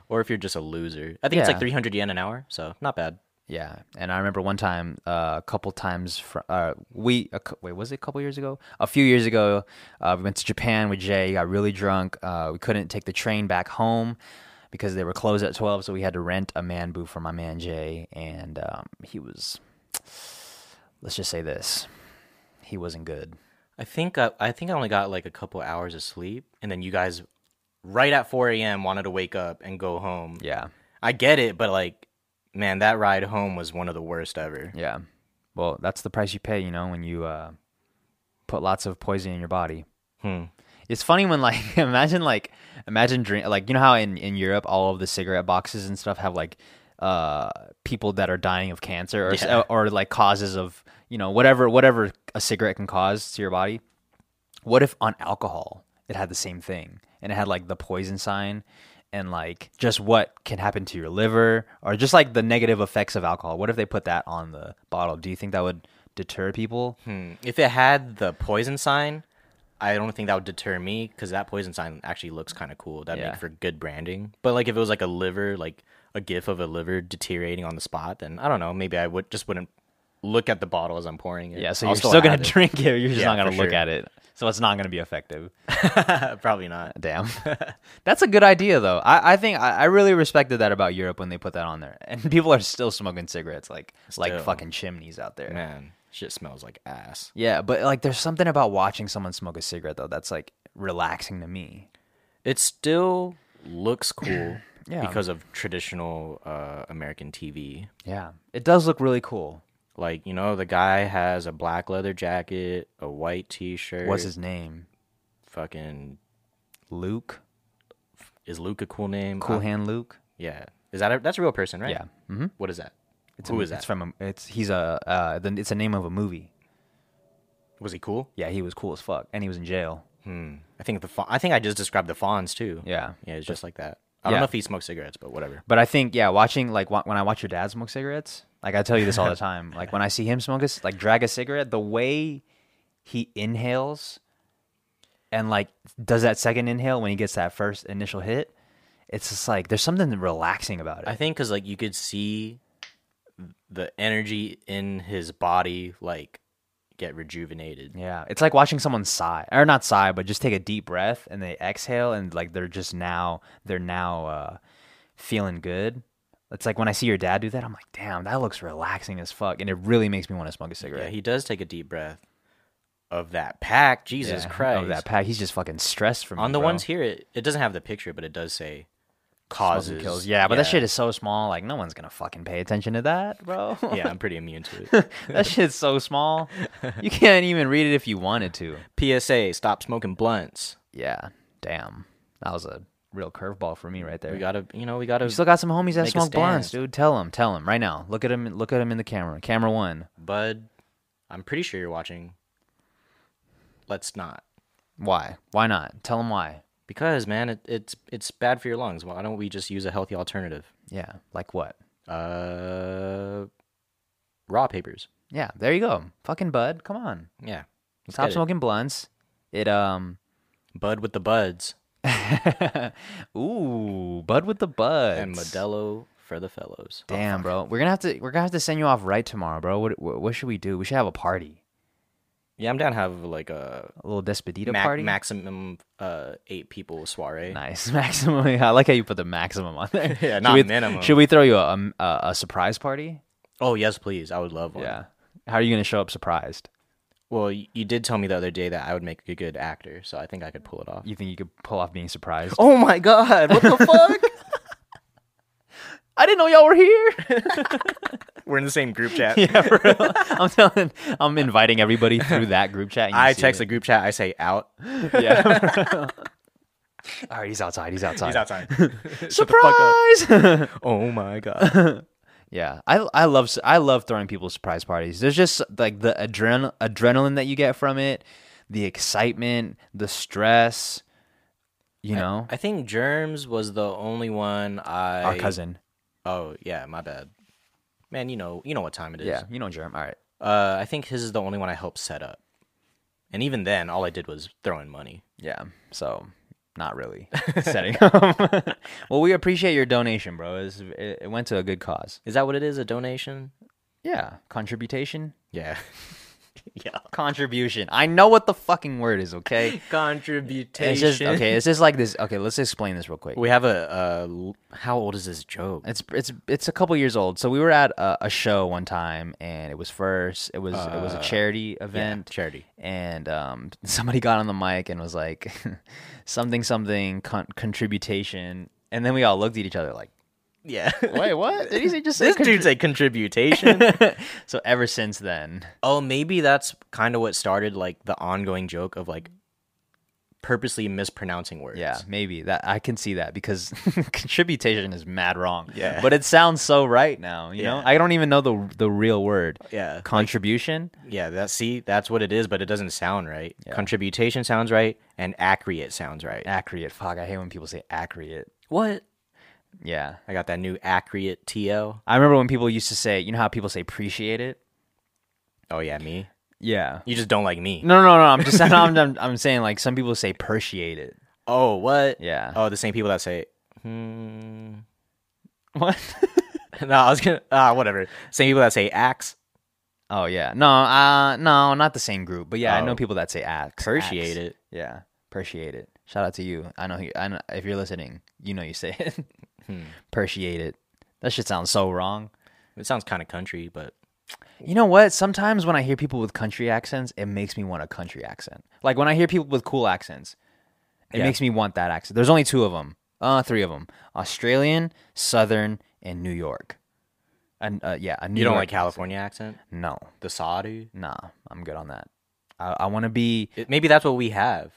Or if you're just a loser, I think it's Yeah. like 300 yen an hour, so not bad. Yeah, and I remember one time, uh, a couple times, fr- uh, we a cou- wait, was it a couple years ago? A few years ago, uh, we went to Japan with Jay. Got really drunk. Uh, we couldn't take the train back home because they were closed at twelve, so we had to rent a man booth for my man Jay, and um, he was, let's just say this, he wasn't good. I think I, I think I only got like a couple hours of sleep, and then you guys, right at 4 a.m., wanted to wake up and go home. Yeah, I get it, but like, man, that ride home was one of the worst ever. yeah. Well, that's the price you pay, you know, when you uh, put lots of poison in your body. Hmm. It's funny when like (laughs) imagine like imagine drink like you know how in in Europe all of the cigarette boxes and stuff have like uh people that are dying of cancer or s- Yeah. or like causes of you know whatever whatever a cigarette can cause to your body. What if on alcohol it had the same thing and it had like the poison sign and like just what can happen to your liver or just like the negative effects of alcohol. What if they put that on the bottle? Do you think that would deter people? Hmm. If it had the poison sign, I don't think that would deter me because that poison sign actually looks kind of cool. That'd Yeah. make for good branding. But like if it was like a liver, like a gif of a liver deteriorating on the spot, then I don't know. Maybe I would just wouldn't look at the bottle as I'm pouring it. Yeah, so I'll you're still, gonna have it. drink it. You're just Yeah, not gonna for look sure. at it. So it's not gonna be effective. (laughs) Probably not. Damn, (laughs) that's a good idea though. I, I think I, I really respected that about Europe when they put that on there. And people are still smoking cigarettes like like Still. fucking chimneys out there. Man, shit smells like ass. Yeah, but like there's something about watching someone smoke a cigarette though that's like relaxing to me. It still looks cool (clears throat) Yeah. because of traditional uh, American TV. Yeah, it does look really cool. Like you know, the guy has a black leather jacket, a white T-shirt. What's his name? fucking Luke, is Luke a cool name? Cool I- Hand Luke. yeah. Is that a, that's a real person, right? Yeah. Mm-hmm. What is that? It's Who Who is is that? It's from a, it's he's a uh the, it's a name of a movie. Was he cool? Yeah, he was cool as fuck, and he was in jail. Hmm. I think the fa- I think I just described the fawns too. Yeah. Yeah, it's just like that. I don't Yeah. know if he smokes cigarettes, but whatever. But I think yeah, watching like wa- when I watch your dad smoke cigarettes, like I tell you this all the time. Like when I see him smoke a c- like drag a cigarette, the way he inhales and like does that second inhale when he gets that first initial hit, it's just like there's something relaxing about it. I think because like you could see the energy in his body like get rejuvenated. yeah, it's like watching someone sigh or not sigh, but just take a deep breath and they exhale and like they're just now they're now uh, feeling good. It's like when I see your dad do that, I'm like, damn, that looks relaxing as fuck, and it really makes me want to smoke a cigarette. Yeah, he does take a deep breath of that pack. Jesus Yeah, Christ! Of that pack. He's just fucking stressed from On the ones here, it, it doesn't have the picture, but it does say causes Kills. Yeah, but that shit is so small. Like no one's gonna fucking pay attention to that, bro. (laughs) yeah, (laughs) I'm pretty immune to it. that shit's so small. You (laughs) can't even read it if you wanted to. PSA, stop smoking blunts. Yeah. Damn. That was a real curveball for me right there. We gotta, you know, we gotta you still got some homies that Make a smoke blunts, stand. dude. Tell them. Tell them right now. Look at him. Look at him in the camera. Camera one. bud. I'm pretty sure you're watching. Let's not, Why? Why not? Tell them why. because man, it, it's it's bad for your lungs. Why don't we just use a healthy alternative? Yeah. Like what? Uh, raw papers. Yeah. There you go. Fucking bud. Come on. Yeah, let's Stop get it. smoking blunts. It um. Bud with the buds (laughs) Ooh, bud with the buds. and Modelo for the fellows. Oh, Damn, fuck. bro, we're gonna have to we're gonna have to send you off right tomorrow, bro. What what, what should we do? We should have a party, Yeah, I'm down to have like a a little despedito ma- party. maximum uh eight people soiree. nice, (laughs) maximum. I like how you put the maximum on there. (laughs) Yeah, Should not we- minimum. Should we throw you a um, a, a surprise party? Oh yes, please. I would love one. Yeah. How are you gonna show up surprised? Well, y- you did tell me the other day that I would make a good actor, so I think I could pull it off. You think you could pull off being surprised? Oh my (laughs) god, what the fuck? (laughs) I didn't know y'all were here. We're in the same group chat. Yeah, (laughs) for real. I'm telling. I'm inviting everybody through that group chat. and you I see text it. a group chat. I say out. Yeah. (laughs) (laughs) All right, he's outside. He's outside. He's outside. Surprise! (laughs) oh my god. yeah, I I love I love throwing people surprise parties. There's just like the adren- adrenaline that you get from it, the excitement, the stress. You know, I think Germs was the only one I. our cousin. Oh yeah, my bad. Man, you know you know what time it is. Yeah, you know Jerem. All right. Uh, I think his is the only one I helped set up, and even then, all I did was throw in money. Yeah. So not (laughs) really setting up. (laughs) well, we appreciate your donation, bro. It, was- it it went to a good cause. Is that what it is? A donation? Yeah, contribution. (laughs) Yeah. yeah. Contribution. I know what the fucking word is. Okay. Contributation. It's just okay. It's just like this. Okay, let's explain this real quick. We have a. Uh, l- how old is this joke? It's it's it's a couple years old. So we were at a, a show one time, and it was first. It was it Uh, was a charity event. charity. And um, (laughs) somebody got on the mic and was like, (laughs) something something con- contribution, and then we all looked at each other like, Yeah. wait, what? (laughs) Did he say- just say (laughs) this dude's a contribution. contri-" so ever since then, oh, maybe that's kind of what started like the ongoing joke of like purposely mispronouncing words. yeah, maybe that I can see that because (laughs) contribution is mad wrong. Yeah. but it sounds so right now. You know, Yeah. I don't even know the the real word. Yeah. Contribution. Yeah, that see, that's what it is, but it doesn't sound right. Contributation sounds right, and accurate sounds right. Accurate. Fuck, I hate when people say accurate. What? Yeah. I got that new accurate TL. I remember when people used to say, you know how people say appreciate it? Oh yeah, me. Yeah. You just don't like me. No, no, no. I'm just, (laughs) I'm, I'm, I'm saying like some people say appreciate it. Oh what? Yeah. Oh, the same people that say. Hmm. (laughs) (laughs) What? no, I was gonna. Ah, whatever. Same people that say axe. oh, yeah. No, uh, no, not the same group. But yeah, I know Oh. people that say axe. Appreciate axe. it. Yeah. Appreciate it. Shout out to you. I know, you, I know if you're listening, you know you say it. Hmm. (laughs) Appreciate it. That shit sounds so wrong. It sounds kind of country, but You know what? Sometimes when I hear people with country accents, it makes me want a country accent. Like when I hear people with cool accents, it Yeah. makes me want that accent. There's only two of them, uh, three of them: Australian, Southern, and New York. And uh, yeah, a New you don't York- like California accent. No, The Saudi. nah, I'm good on that. I, I want to be. It, maybe that's what we have.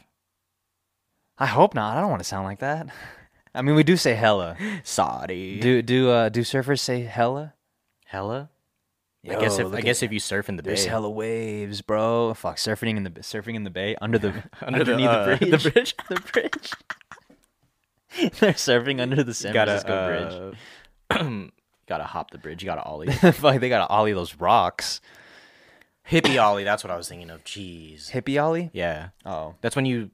I hope not. I don't want to sound like that. (laughs) I mean, we do say hella. Saudi. Do do uh, do surfers say hella? Hella. I guess Yo, if I look guess if you surf in the There's bay hella waves, bro. Fuck, surfing in the surfing in the bay under the (laughs) Under the, underneath the uh, bridge. the bridge. (laughs) the bridge. (laughs) They're surfing under the San gotta Francisco bridge. (clears throat) gotta hop the bridge. You gotta ollie. bridge. uh, (laughs) Fuck, they gotta ollie those rocks. (laughs) Hippie ollie. That's what I was thinking of. Jeez. Hippie ollie? Yeah. Oh, That's when you.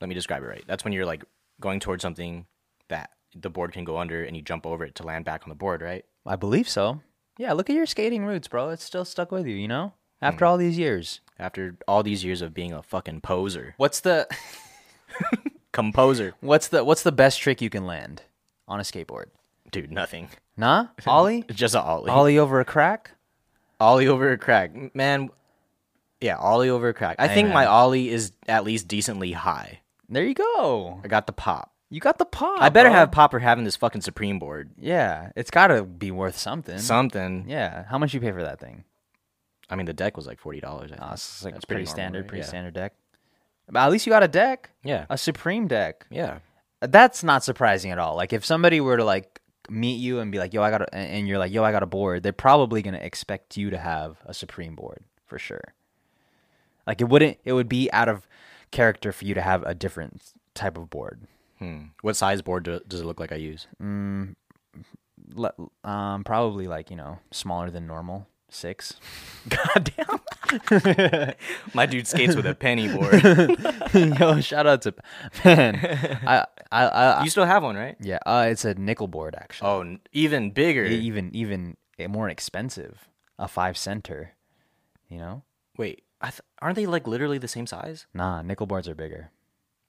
Let me describe it right. That's when you're like going towards something that the board can go under, and you jump over it to land back on the board. Right. I believe so. Yeah, look at your skating roots, bro. It's still stuck with you, you know. After all these years, After all these years of being a fucking poser, what's the (laughs) composer, what's the what's the best trick you can land on a skateboard? dude, nothing. (laughs) Nah, ollie, (laughs) Just a ollie. ollie over a crack. Ollie over a crack, M- man. Yeah, ollie over a crack. I think man. my ollie is at least decently high. There you go. I got the pop. You got the pop. I better bro. have popper having this fucking supreme board. Yeah, it's gotta be worth something. Something. yeah, how much you pay for that thing? I mean, the deck was like forty dollars. I think. Uh, it's like That's pretty, pretty normal, standard, right? pretty Yeah. standard deck. But at least you got a deck, yeah. a supreme deck. yeah. That's not surprising at all. Like if somebody were to like meet you and be like, "Yo, I got," a, and and you're like, "Yo, I got a board," they're probably gonna expect you to have a supreme board for sure. Like it wouldn't. It would be out of character for you to have a different type of board. Hmm. What size board do, does it look like (laughs) I use? Le- um, probably like you know smaller than normal six. (laughs) Goddamn. (laughs) My dude skates with (laughs) a penny board. Yo, shout out to man. I I I, I You still have one, right? yeah. Uh, it's a nickel board actually. Oh, n- even bigger. e- even even eh, more expensive a five center you know Wait, I th- aren't they like literally the same size? nah nickel boards are bigger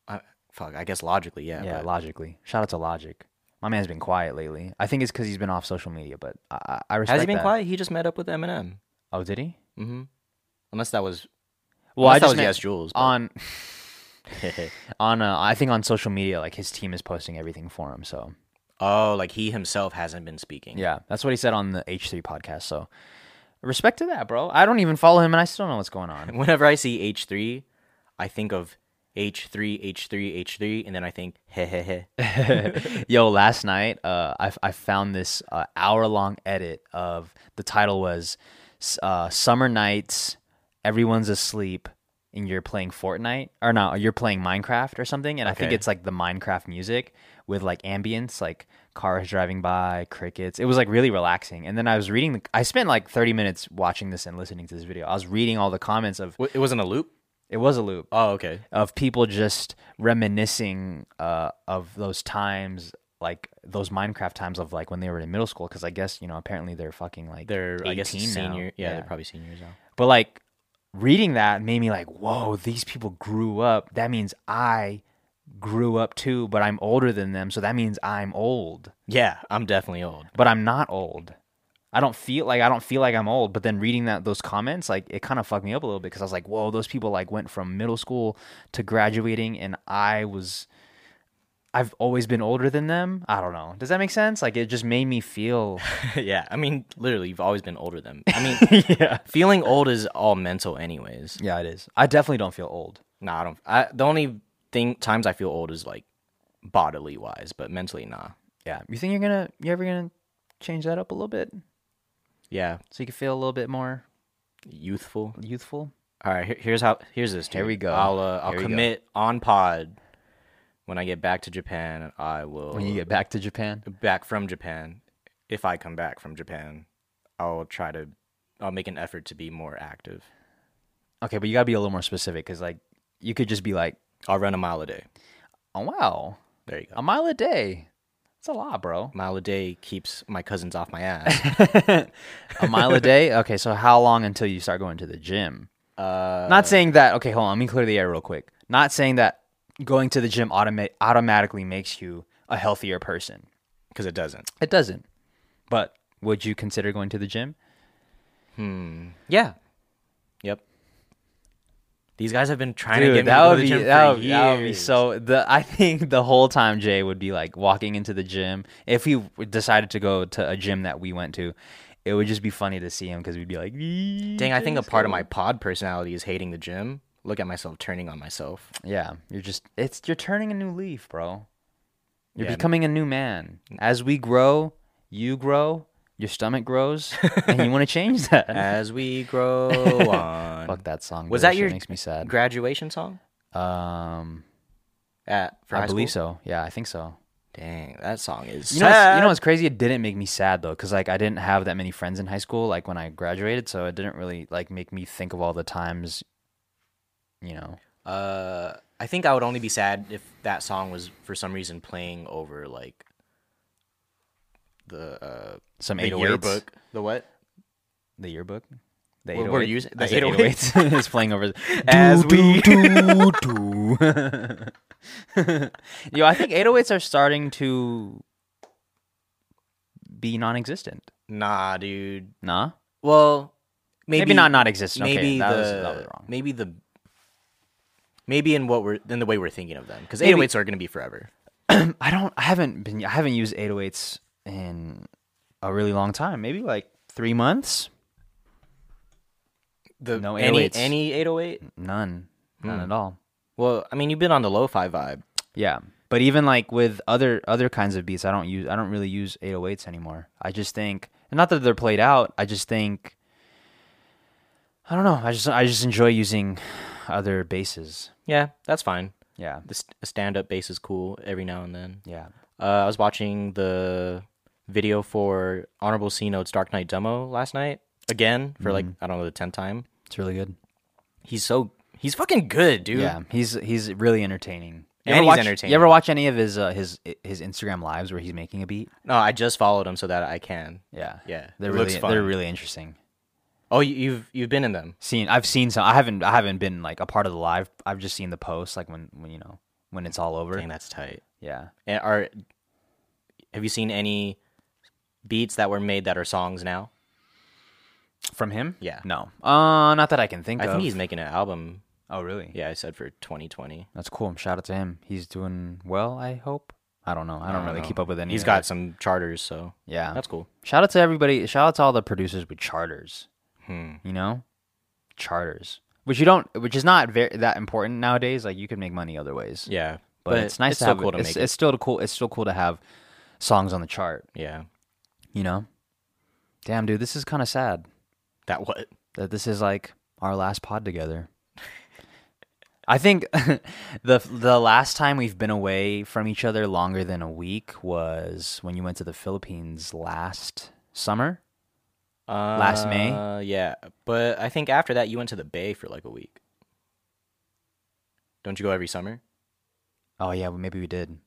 I, fuck, I guess logically, yeah. yeah but- logically shout out to logic my man's been quiet lately i think it's because he's been off social media but i, I- I respect Has he been that. quiet? He just met up with Eminem. oh did he Mm-hmm. Unless that was well i Unless that just was meant Yes Jules. but- on on uh, i think on social media like his team is posting everything for him so (laughs) Oh, like he himself hasn't been speaking. Yeah, that's what he said on the H3 podcast. So respect to that, bro. I don't even follow him, and I still don't know what's going on. (laughs) Whenever I see H three, I think of H three H three H three, and then (laughs) I think (laughs) heh heh heh. Yo, last night uh, I, I found this uh, hour long edit of the title was s- uh, "Summer Nights, Everyone's Asleep, and You're Playing Fortnite or no, you're playing Minecraft or something." And I think Okay. it's like the Minecraft music with like ambience, like cars driving by, crickets. It was like really relaxing. And then I was reading. The, I spent like thirty minutes watching this and listening to this video. I was reading all the comments of. Wa- It wasn't a loop. It was a loop Oh, okay. of people just reminiscing uh, of those times like those minecraft times of like when they were in middle school because i guess you know apparently they're fucking like They're 18 I guess now. senior. Yeah, they're probably seniors now. but like reading that made me like whoa these people grew up that means i grew up too but i'm older than them so that means i'm old Yeah, I'm definitely old. (laughs) but i'm not old i don't feel like i don't feel like i'm old but then reading that those comments like it kind of fucked me up a little bit because i was like whoa those people like went from middle school to graduating and i was i've always been older than them i don't know does that make sense like it just made me (laughs) feel yeah, I mean, literally, you've always been older than. I (laughs) mean, feeling old is all mental, anyways. yeah it is i definitely don't feel old Nah, I don't. I, the only thing times I feel old is like bodily wise, but mentally, nah. yeah you think you're gonna you ever gonna change that up a little bit Yeah, so you can feel a little bit more youthful. youthful All right, here, here's how. Here's this. Dude. Here we go. I'll uh, I'll Here we go. commit on pod when I get back to Japan. I will when you get back to japan back from Japan. If I come back from Japan, I'll try to. I'll make an effort to be more active. okay but you gotta be a little more specific because like you could just be like I'll run a mile a day. oh wow There you go. A mile a day. That's a lot, bro. mile a day keeps my cousins off my ass. (laughs) A mile a (laughs) day? Okay, so how long until you start going to the gym? uh, Not saying that, okay, hold on, let me clear the air real quick. Not saying that going to the gym automa- automatically makes you a healthier person. because it doesn't. It doesn't. But would you consider going to the gym? Yeah. Yep. These guys have been trying to get Dude, me that to would the be gym that for would, that would be years. so. The I think the whole time Jay would be like walking into the gym if he w- decided to go to a gym that we went to. It would just be funny to see him because we'd be like, Dang, I think a part of my pod personality is hating the gym. Look at myself turning on myself. Yeah, you're just it's you're turning a new leaf, bro. You're Yeah. becoming a new man. As we grow, you grow, your stomach grows, and you want to (laughs) change that. (laughs) As we grow on. Fuck that song. Was bro. that your- shit makes me sad? Graduation song? Um, At for I believe so. Yeah, I think so. so. Dang, that song is You know, sad. what's, you know what's crazy? It didn't make me sad though, because like I didn't have that many friends in high school. Like when I graduated, so it didn't really like make me think of all the times. You know, Uh, I think I would only be sad if that song was for some reason playing over like the uh some the 808s. yearbook. The what? the yearbook. The What we're 808s? using- I the said (laughs) 808s. 808s is playing over. As As we do, (laughs) do. (laughs) Yo, I think 808s are starting to be non-existent. Nah, dude. Nah, Well, maybe, maybe, not non-existent. Maybe okay, the that, was, that was wrong. maybe the maybe in what we're in the way we're thinking of them because Maybe- 808s are going to be forever. (clears throat) I don't. I haven't been. I haven't used 808s in a really long time. Maybe like three months. The No any 808s. any 808. None. None at all. Well, I mean, you've been on the lo-fi vibe. Yeah. But even like with other other kinds of beats, I don't use I don't really use 808s anymore. I just think and not that they're played out, I just think I don't know. I just I just enjoy using other basses. Yeah, that's fine. Yeah. The st- stand-up bass is cool every now and then. Yeah. Uh, I was watching the video for Honorable C Note's Dark Knight demo last night again for like I don't know the tenth time. It's really good. He's so he's fucking good, dude. Yeah. He's he's really entertaining. And he's watch, entertaining. You ever watch any of his uh, his his Instagram lives where he's making a beat? No, I just followed him so that I can. Yeah. Yeah, They're it really looks fun. they're really interesting. Oh, you, you've you've been in them. Seen I've seen some I haven't I haven't been like a part of the live. I've just seen the posts like when when you know when it's all over. Dang, that's tight. Yeah. And are have you seen any beats that were made that are songs now? From him? Yeah. No. Uh, not that I can think I of. think he's making an album. Oh, really? Yeah, I said for 2020. That's cool. Shout out to him. He's doing well, I hope. I don't know. I don't really keep up with any. He's of got it. some charters, so yeah. that's cool. Shout out to everybody. Shout out to all the producers with charters. Hmm. You know, charters, which you don't, which is not very that important nowadays. Like you can make money other ways. Yeah, but, it's nice to still have. cool to it's, make. it's still cool. It's still cool to have songs on the chart. it. Yeah, You know, damn dude, this is kind of sad that what? that this is like our last pod together. I think (laughs) the the last time we've been away from each other longer than a week was when you went to the Philippines last summer. Uh, Last May? Yeah, but I think after that you went to the Bay for like a week. Don't you go every summer? Oh yeah, well, maybe we did.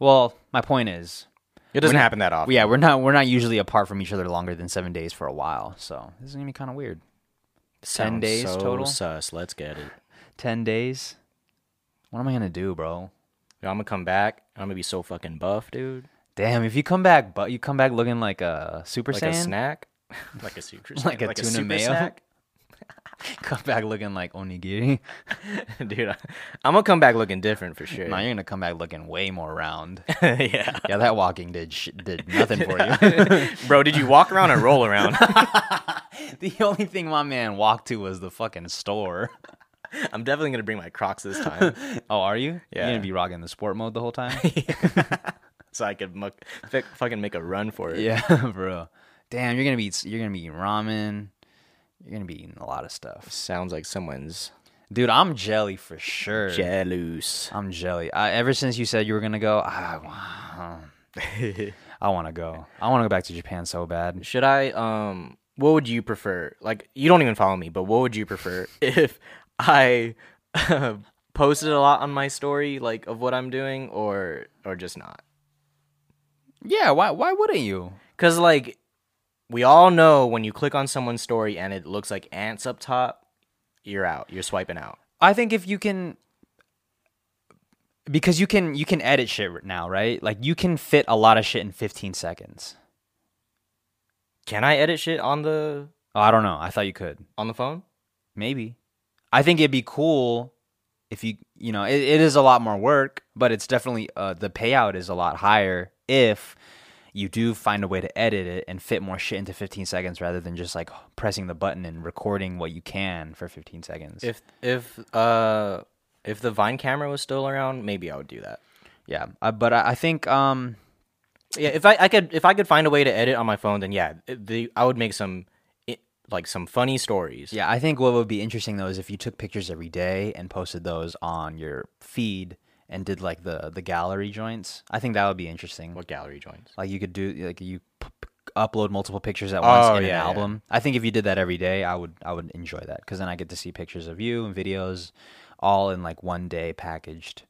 Well, my point is, It doesn't When- happen that often. yeah, we're not we're not usually apart from each other longer than seven days for a while. So this is gonna be kind of weird. Ten Sounds days so total. Sus. Let's get it. Ten days. What am I gonna do, bro? Yo, I'm gonna come back. I'm gonna be so fucking buff, dude. Damn, if you come back, but you come back looking like a Super Like a Saiyan, snack, (laughs) like a super, (laughs) Like a tuna super mayo? snack. (laughs) (laughs) come back looking like onigiri. dude. I, I'm gonna come back looking different for sure. Now you're gonna come back looking way more round. (laughs) yeah, yeah, that walking did sh- did nothing for you. (laughs) bro. Did you walk around or roll around? (laughs) the only thing my man walked to was the fucking store. I'm definitely gonna bring my Crocs (laughs) this time, Oh, are you? Yeah. You're gonna be rocking the sport mode the whole time. so I could muck, fi- fucking make a run for it. (laughs) Yeah, bro. Damn, you're gonna be you're gonna be eating ramen. You're gonna be eating a lot of stuff, Sounds like someone's dude. I'm jelly for sure. jealous. I'm jelly. I, ever since you said you were gonna go, I, um, I want to go. I want to go back to Japan so bad. Should I? Um, what would you prefer? Like, you don't even follow me, but what would you prefer (laughs) if I um, posted a lot on my story, like of what I'm doing, or or just not? Yeah, why why wouldn't you? Because like, we all know when you click on someone's story and it looks like ants up top, you're out. You're swiping out. I think if you can because you can you can edit shit now, right? Like you can fit a lot of shit in 15 seconds. Can I edit shit on the Oh, I don't know. I thought you could. on the phone? Maybe. I think it'd be cool if you, you know, it, it is a lot more work, but it's definitely, uh, the payout is a lot higher if you do find a way to edit it and fit more shit into 15 seconds rather than just like pressing the button and recording what you can for 15 seconds. If if uh if the Vine camera was still around, maybe I would do that. yeah. Uh, but I, I think, um, Yeah, if I, I could if I could find a way to edit on my phone, then yeah, it- the I would make some i- like some funny stories. yeah, I think what would be interesting though is if you took pictures every day and posted those on your feed and did like the, the gallery joints. I think that would be interesting. What gallery joins? Like you could do like you p- p- upload multiple pictures at once Oh, in yeah, an yeah. album. I think if you did that every day, I would I would enjoy that because then I get to see pictures of you and videos all in like one day packaged.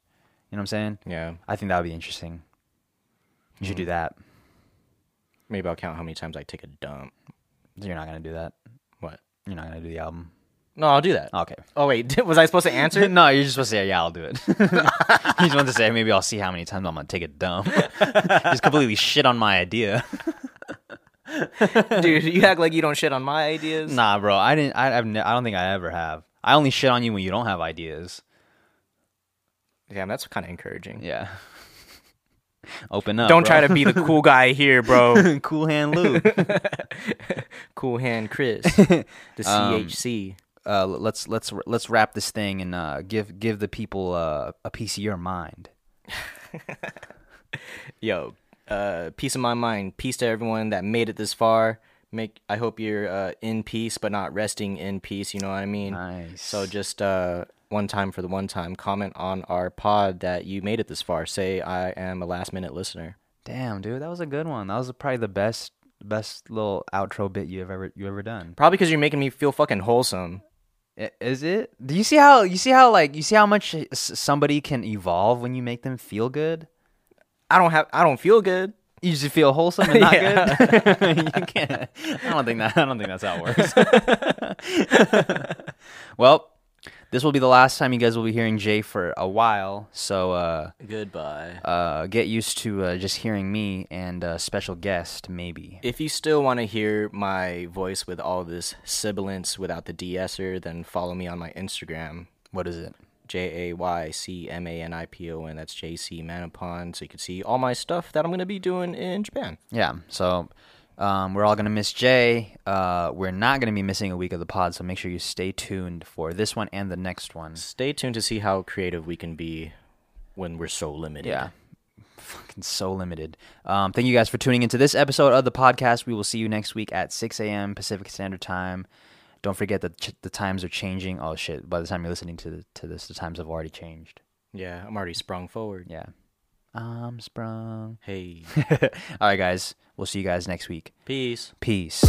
You know what I'm saying? Yeah, I think that would be interesting. You Mm-hmm. should do that. maybe I'll count how many times I take a dump. You're not gonna do that. What? You're not gonna do the album. No, I'll do that. Okay. Oh wait, (laughs) was I supposed to (laughs) answer? no, you're just supposed to say yeah, I'll do it. (laughs) you just want to say maybe I'll see how many times I'm gonna take a dump. (laughs) just completely shit on my idea. (laughs) Dude, you act like you don't shit on my ideas. Nah, bro. I didn't. I, I've. Ne- I don't think I ever have. I only shit on you when you don't have ideas. Damn, that's kind of encouraging. Yeah. (laughs) Open up. Don't try to be the (laughs) cool guy here, bro. to (laughs) cool hand Luke. cool hand (laughs) Chris, Um, the CHC. uh, l- let's let's let's wrap this thing and uh, give give the people uh, a piece of your mind. yo uh peace of my mind peace to everyone that made it this far make i hope you're uh in peace but not resting in peace you know what i mean Nice. so just uh one time for the one time comment on our pod that you made it this far say i am a last minute listener Damn, dude, that was a good one. That was probably the best best little outro bit you've ever you ever done. probably because you're making me feel fucking wholesome I- Is it? Do you see how you see how like you see how much s- somebody can evolve when you make them feel good? i don't have i don't feel good You just feel wholesome and not Yeah. good. (laughs) you can't. I don't think that. I don't think that's how it works. (laughs) well, this will be the last time you guys will be hearing Jay for a while. So uh, goodbye uh, get used to uh, just hearing me and a special guest, maybe. if you still want to hear my voice with all this sibilance without the de-esser then follow me on my instagram What is it? J A Y C M A N I P O N. That's JC Manapon. So you can see all my stuff that I'm going to be doing in Japan. Yeah. So um, we're all going to miss Jay. Uh, we're not going to be missing a week of the pod, so make sure you stay tuned for this one and the next one. Stay tuned to see how creative we can be when we're so limited. Yeah. Fucking so limited. Um, thank you guys for tuning into this episode of the podcast. We will see you next week at 6 a.m. Pacific Standard Time. Don't forget that ch- the times are changing. Oh, shit. By the time you're listening to, to this, the times have already changed. Yeah, I'm already sprung forward. Yeah. I'm sprung. (laughs) Hey, All right, guys. We'll see you guys next week. peace. Peace.